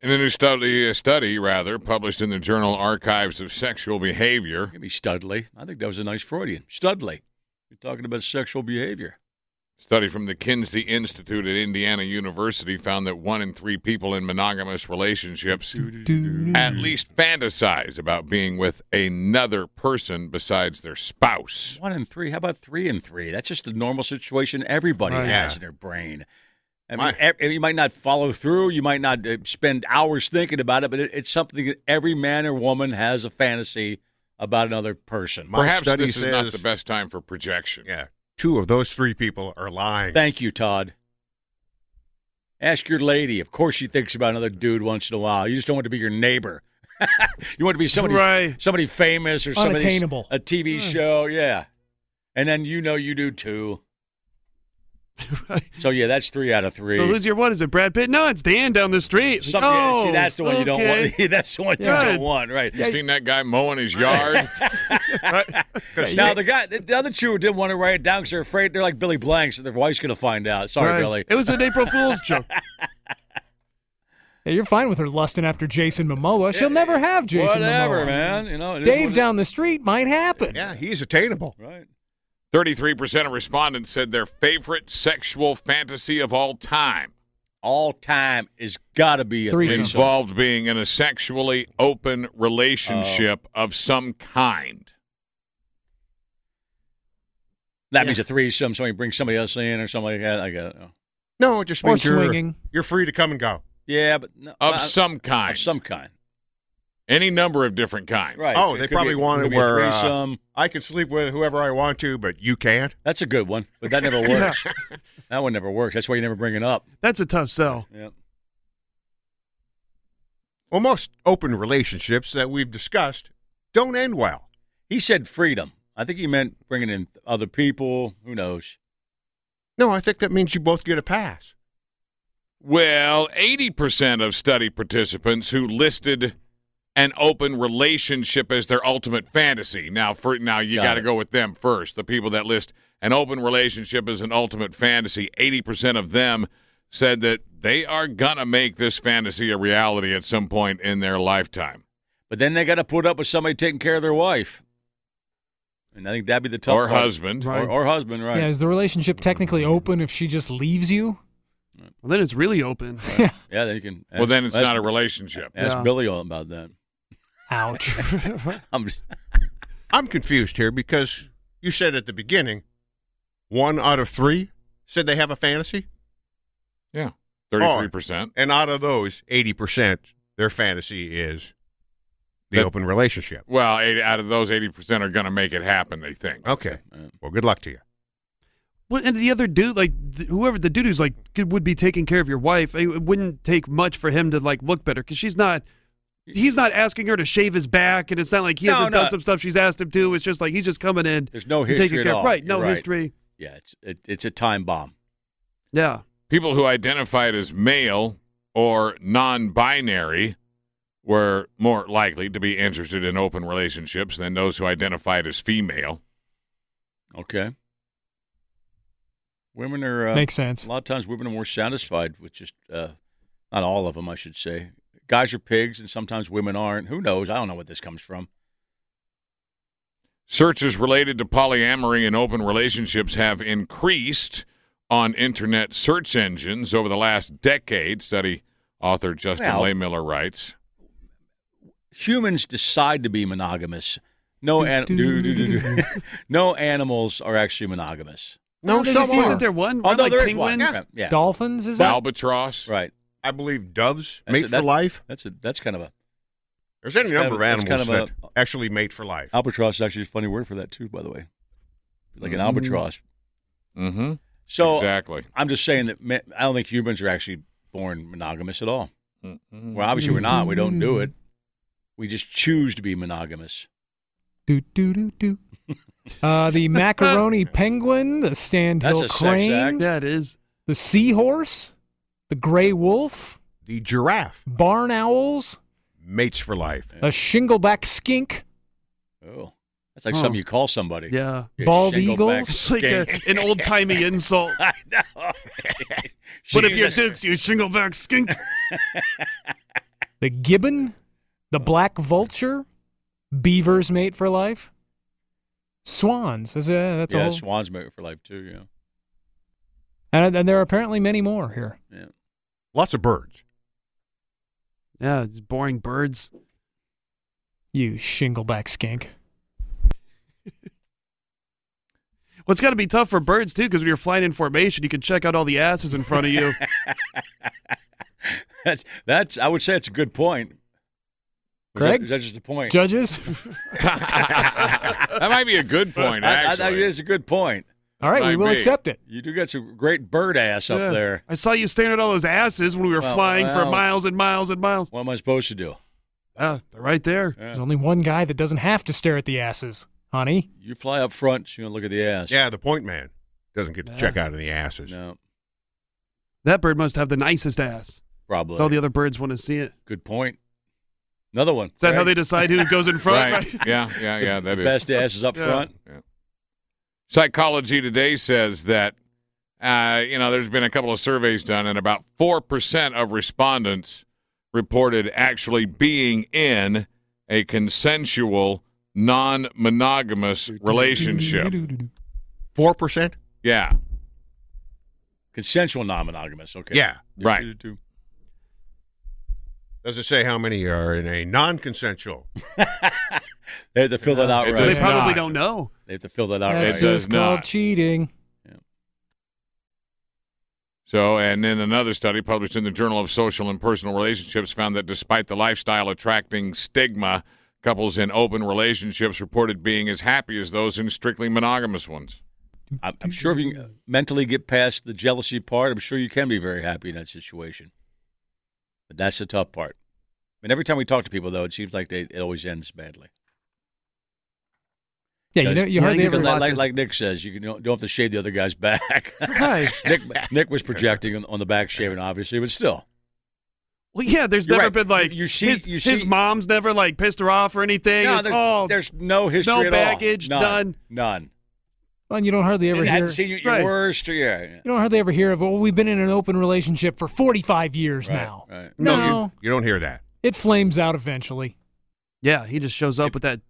In a new study, study rather published in the journal Archives of Sexual Behavior, Give me Studley. I think that was a nice Freudian. Studley. You're talking about sexual behavior. Study from the Kinsey Institute at Indiana University found that one in three people in monogamous relationships at least fantasize about being with another person besides their spouse. One and three. How about three and three? That's just a normal situation everybody Oh, has yeah. in their brain. I mean, My- ev- and you might not follow through. You might not uh, spend hours thinking about it, but it, it's something that every man or woman has a fantasy about another person. My Perhaps study this is not says- the best time for projection. Yeah. Two of those three people are lying. Thank you, Todd. Ask your lady. Of course, she thinks about another dude once in a while. You just don't want to be your neighbor. you want to be somebody, Right. somebody famous or somebody Unattainable. Hmm. a TV show, yeah. And then you know you do too. Right. So yeah, that's three out of three. So who's your one? Is it Brad Pitt? No, it's Dan down the street. Some- yeah, oh, see, that's the one you don't okay. want. that's the one you Good. don't want, right? You seen that guy mowing his yard? Now the guy, the, the other two didn't want to write it down because they're afraid they're like Billy Blanks, and their wife's going to find out. Sorry, Right. Billy. It was an April Fool's joke. Yeah, you're fine with her lusting after Jason Momoa. She'll never have Jason Whatever, Momoa. man. You know, it is what Dave it- down the street might happen. Yeah, he's attainable. Right. 33% of respondents said their favorite sexual fantasy of all time all time is got to be a Threesome. threesome. involved being in a sexually open relationship Oh. of some kind. That means a threesome. Somebody brings somebody else in or something like that. I got it. No, it just Or means you're, swinging. you're free to come and go. Yeah, but no, Of uh, some kind. of some kind. Any number of different kinds. Right. It Oh, they could be- probably wanted could be a where, uh, threesome. I can sleep with whoever I want to, but you can't. That's a good one, but that never works. That one never works. That's why you never bring it up. That's a tough sell. Yeah. Well, most open relationships that we've discussed don't end well. He said freedom. I think he meant bringing in other people. Who knows? No, I think that means you both get a pass. Well, 80% of study participants who listed an open relationship as their ultimate fantasy. Now, for now you Got got to it. go with them first. The people that list an open relationship as an ultimate fantasy, 80% of them said that they are going to make this fantasy a reality at some point in their lifetime But then they got to put up with somebody taking care of their wife. And I think that'd be the tough or part. husband. Right. Or, or husband, right? Yeah, is the relationship technically open if she just leaves you? Well, then it's really open. Yeah, then you can. Well, then it's ask- not a relationship. Ask Yeah. Billy all about that. Ouch. I'm just- I'm confused here because you said at the beginning one out of three said they have a fantasy, Yeah. 33%. and out of those, 80% their fantasy is the That- open relationship. Well, eight, out of those 80% are going to make it happen, they think. Okay. Well, good luck to you. Well, and the other dude, like th- whoever the dude who's like could- would be taking care of your wife, it wouldn't take much for him to like look better because she's not. He's not asking her to shave his back, and it's not like he No, hasn't no. done some stuff she's asked him to. It's just like he's just coming in. There's no and history taking at care. all. Right? No You're right. history. yeah, it's it, it's a time bomb. Yeah. people who identified as male or non-binary were more likely to be interested in open relationships than those who identified as female. Okay. Women are uh, Makes sense. A lot of times, women are more satisfied with just uh, not all of them, I should say. Guys are pigs, and sometimes women aren't. Who knows? I don't know what this comes from. Searches related to polyamory and open relationships have increased on internet search engines over the last decade, study author Justin Well- Laymiller writes. Humans decide to be monogamous. No, an- do, do, do, do. no animals are actually monogamous. No, There's- some Isn't are. there one? Oh, Aren't, no, like, there is penguins? one. Yeah, yeah. Dolphins is that? Albatross. right. I believe doves That's mate it. for That- life. That's a that's kind of a There's any It's kind number of- of it's kind animals of that actually mate for life. albatross is actually a funny word for that too, by the way. Like an Mm. albatross. Mm-hmm. So exactly. I'm just saying that men, I don't think humans are actually born monogamous at all. Mhm. Well, obviously we're not. We don't do it. Mm-hmm. We just choose to be monogamous. Do do do do. Uh, the macaroni penguin, the That's a Sandhill sex crane, Yeah, it is. the seahorse, the gray wolf, The giraffe barn owls, mates for life. a shingleback skink, Oh, that's like Huh. something you call somebody. Yeah. You Bald shingleback eagles? It's like a, an old timey insult. I know. But if you're Jesus. Dukes, you shingleback skink. the gibbon, the black vulture, beavers mate for life, swans. That's, a, that's yeah, all. swans mate for life too. Yeah. and, and there are apparently many more here. Lots of birds. Yeah, it's boring birds. You shingleback skink. Well, it's got to be tough for birds too, because when you're flying in formation, you can check out all the asses in front of you. That's that's. I would say it's a good point. Is that- Greg? is that just a point? Judges? that might be a good point, I, I actually. think it's a good point. All right, we Might will be. accept it. You do got some great bird ass up Yeah. there. I saw you staring at all those asses when we were Well, flying for well. miles and miles and miles. What am I supposed to do? Ah, they're right there. There's only one guy that doesn't have to stare at the asses, honey. You fly up front. so You don't look at the ass. Yeah, the point man doesn't get to Yeah. check out any asses. No, That bird must have the nicest ass. probably. So all the other birds want to see it. good point. Another one. Is that how Greg? they decide who goes in front? Right. Yeah, yeah, yeah. That is. Best ass is up Yeah. front. Psychology Today says that, uh, you know, there's been a couple of surveys done, and about 4% of respondents reported actually being in a consensual, non monogamous relationship. Four percent. Yeah. Consensual non-monogamous. Okay. Yeah. Right. Does it say how many are in a non-consensual? They have to fill that out It They does right. not. probably don't know. They have to fill that out That's It right. does just called not. cheating. So, and then another study published in the Journal of Social and Personal Relationships found that despite the lifestyle attracting stigma, couples in open relationships reported being as happy as those in strictly monogamous ones. I'm, I'm sure if you can mentally get past the jealousy part, I'm sure you can be very happy in that situation. But that's the tough part. And every time we talk to people, though, it seems like they, it always ends badly. Yeah, you Does- know, you Yeah, hardly you ever. can Because like, lock like, in. like Nick says, you can, don't, don't have to shave the other guy's back. Right. Nick Nick was projecting on, on the back shaving, obviously, but still. Well, yeah, there's You're never right. been like You- you see- his, you his see- mom's never like pissed her off or anything. no, it's there's, all there's no history no at all. baggage, none, none. None. Well, you don't hardly ever And I hear. hadn't seen you at Right. your worst. Or, yeah, yeah. You don't hardly ever hear of. Well, we've been in an open relationship for 45 years Right, now. right. No, you, you don't hear that. it flames out eventually. yeah. He just shows up with that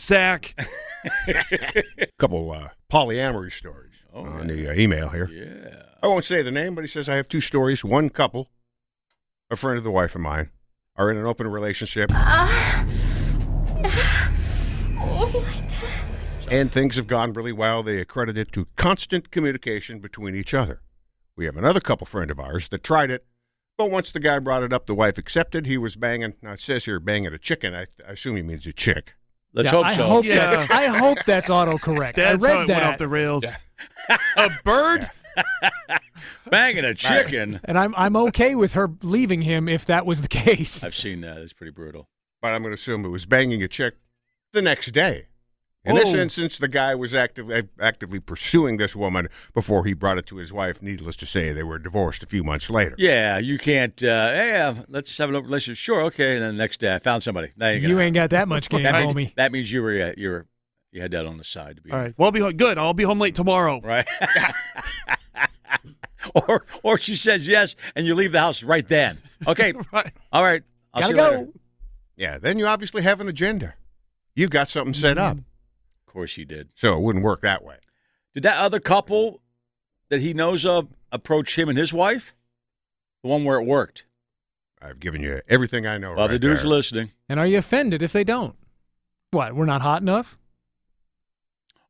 sack. A couple uh, polyamory stories Oh, on yeah. the uh, email here. Yeah. I won't say the name, but he says I have two stories. One couple, a friend of the wife of mine, are in an open relationship, and things have gone really well. They accredit it to constant communication between each other. We have another couple friend of ours that tried it, but once the guy brought it up, the wife accepted. He was banging. Now it says here banging a chicken. I, I assume he means a chick. Let's Yeah, hope I so. Hope Yeah. that, I hope that's autocorrect. That's I read how it that, went off the rails. a bird? Banging a chicken. and I'm I'm okay with her leaving him if that was the case. I've seen that. It's pretty brutal. but I'm going to assume it was banging a chick the next day. In this Oh. instance, the guy was actively actively pursuing this woman before he brought it to his wife. Needless to say, they were divorced a few months later. Yeah, you can't. Uh, yeah, let's have an open relationship. Sure, okay. And then the next day, I found somebody. Now you, You ain't got that much game, that means, homie. That means you were uh, you were you had that on the side to be All right. Well, I'll be home. good. I'll be home late tomorrow. right. or or she says yes, and you leave the house right then. Okay, Right. all right. I'll Gotta see you go. later. Yeah, then you obviously have an agenda. You've got something set up, Of course, she did. so it wouldn't work that way. Did that other couple that he knows of approach him and his wife? The one where it worked. I've given you everything I know. well, the Oh, right dude's there. listening, And are you offended if they don't? What? We're not hot enough?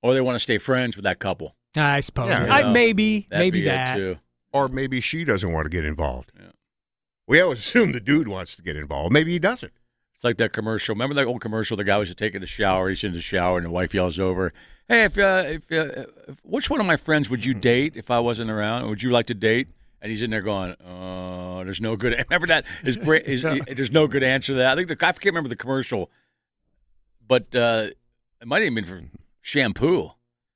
or they want to stay friends with that couple. I suppose. Yeah, I, you know, maybe. That'd maybe be that. it too. or maybe she doesn't want to get involved. Yeah. We always assume the dude wants to get involved. Maybe he doesn't. It's like that commercial. Remember that old commercial? The guy was taking a shower. He's in the shower, and the wife yells over, "Hey, if, uh, if, uh, if which one of my friends would you date if I wasn't around? Would you like to date?" And he's in there going, "Oh, there's no good." Remember that? His brain, his, there's no good answer to that. I think the I can't remember the commercial, but uh, it might have been from shampoo.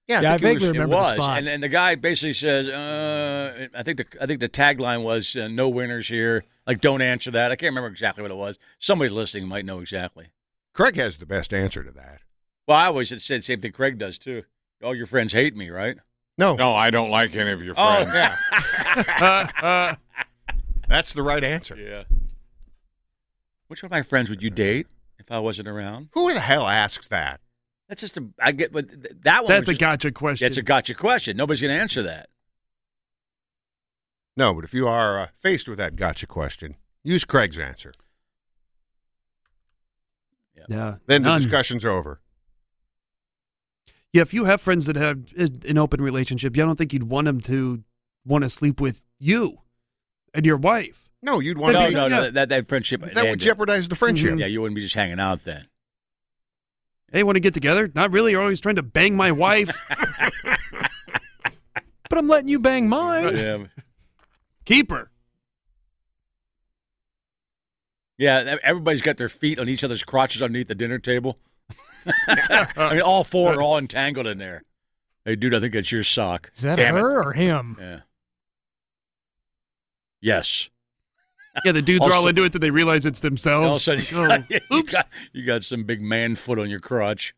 Yeah, Yeah, I think he was- vaguely remember it the was, spot. and and the guy basically says, uh, "I think the I think the tagline was uh, no winners here. Like, don't answer that." I can't remember exactly what it was. Somebody listening might know exactly. Craig has the best answer to that. Well, I always said the same thing Craig does too. All your friends hate me, right? No, No, I don't like any of your friends. yeah, Uh, uh, that's the right answer. yeah. Which one of my friends would you date if I wasn't around? Who the hell asks that? That's just a. I get, but th- that one. That's was a just- gotcha question. That's a gotcha question. Nobody's going to answer that. No, but if you are uh, faced with that gotcha question, use Craig's answer. yeah. Then the None. discussion's over. Yeah, if you have friends that have uh, an open relationship, yeah, I don't think you'd want them to want to sleep with you and your wife. No, you'd No, want no, to. no. yeah. That that friendship. That ended. would jeopardize the friendship. Yeah, you wouldn't be just hanging out then. Hey, want to get together? Not really. You're always trying to bang my wife. But I'm letting you bang mine. Yeah. Keep her. Yeah, e-, everybody's got their feet on each other's crotches underneath the dinner table. I mean, all four are all entangled in there. Hey, dude, I think that's your sock. Is that Damn it. her or him? Yeah. Yes. Yeah, the dudes are all Also- into it. Then they realize it's And all themselves. of a sudden, Oh, you, oops. got, you got some big man foot on your crotch.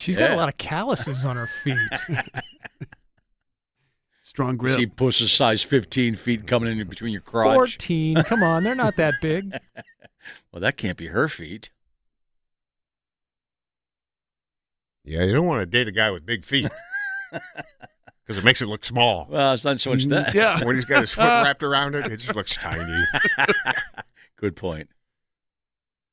She's got Yeah. a lot of calluses on her feet. Strong You grip. See pusses size 15 feet coming in between your crotch. Fourteen. Come on, they're not that big. Well, that can't be her feet. Yeah, you don't want to date a guy with big feet because it makes it look small. Well, it's not so much that. Mm, Yeah. When he's got his foot wrapped around it, it just looks tiny. Good point.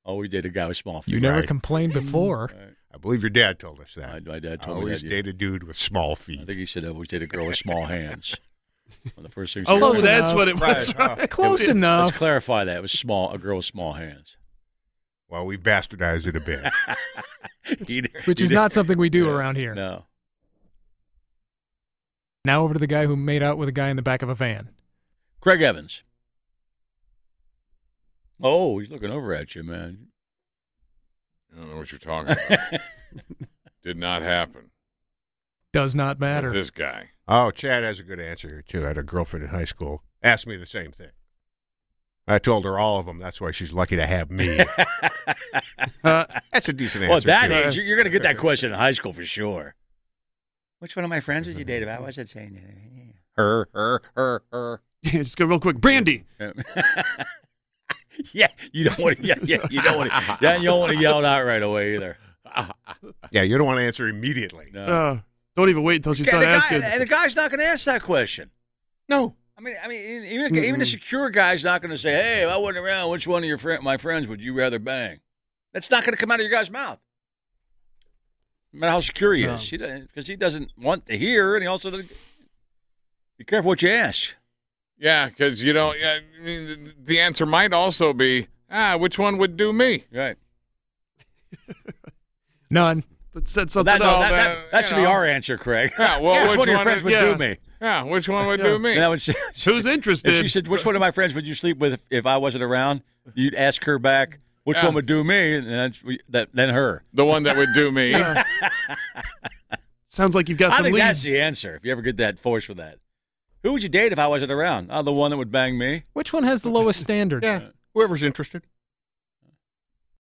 Oh, we did a guy with small feet. You never Right. complained before. I believe your dad told us that. My, my dad I told me always that. yeah. date a dude with small feet. I think he said I always date a girl with small hands. One of the first things. he Oh, Close said. that's enough. what it was. Right, huh. right. Close enough. Let's clarify that. It was small. A girl with small hands. well, we bastardized it a bit. He d- Which he is did- not something we do Yeah. around here. No. Now over to the guy who made out with a guy in the back of a van. Craig Evans. Oh, he's looking over at you, man. I don't know what you're talking about. Did not happen. Does not with matter. This guy. oh, Chad has a good answer here, too. I had a girlfriend in high school asked me the same thing. I told her all of them. That's why she's lucky to have me. Uh, That's a decent answer. Well, that too. age, you're going to get that question in high school for sure. Which one of my friends would you date? If I wasn't saying her, her, her, her. yeah, just go real quick. Brandy. yeah, you don't want to. Yeah, yeah, you don't want to. Yeah, you don't want to yell it out right away either. Yeah, you don't want to answer immediately. No. Uh, don't even wait until she's Yeah, done the guy- asking. and the guy's not going to ask that question. No. I mean, I mean, even even the secure guy's not going to say, "Hey, if I wasn't around, which one of your friend, my friends would you rather bang?" That's not going to come out of your guy's mouth. No matter how secure he No. is, he doesn't because he doesn't want to hear, and he also doesn't. Be careful what you ask. Yeah, because you don't. Yeah, I mean, the- the answer might also be ah, which one would do me? Right. None. That Well, said something that, no, up. all that, that, that, that you should be know. our answer, Craig. Yeah, well, which, which one of your one friends is- would yeah. do me? Yeah, Ah, which one would Yeah. do me? And I would say, Who's if she interested? said, "Which one of my friends would you sleep with if I wasn't around?" You'd ask her back, "Which Yeah. one would do me?" And that's, that, then her. The one that would do me. Yeah. Sounds like you've got I some think leads. that's the answer. If you ever get that force for that, who would you date if I wasn't around? Oh, the one that would bang me. Which one has the lowest standards? Yeah. Whoever's interested.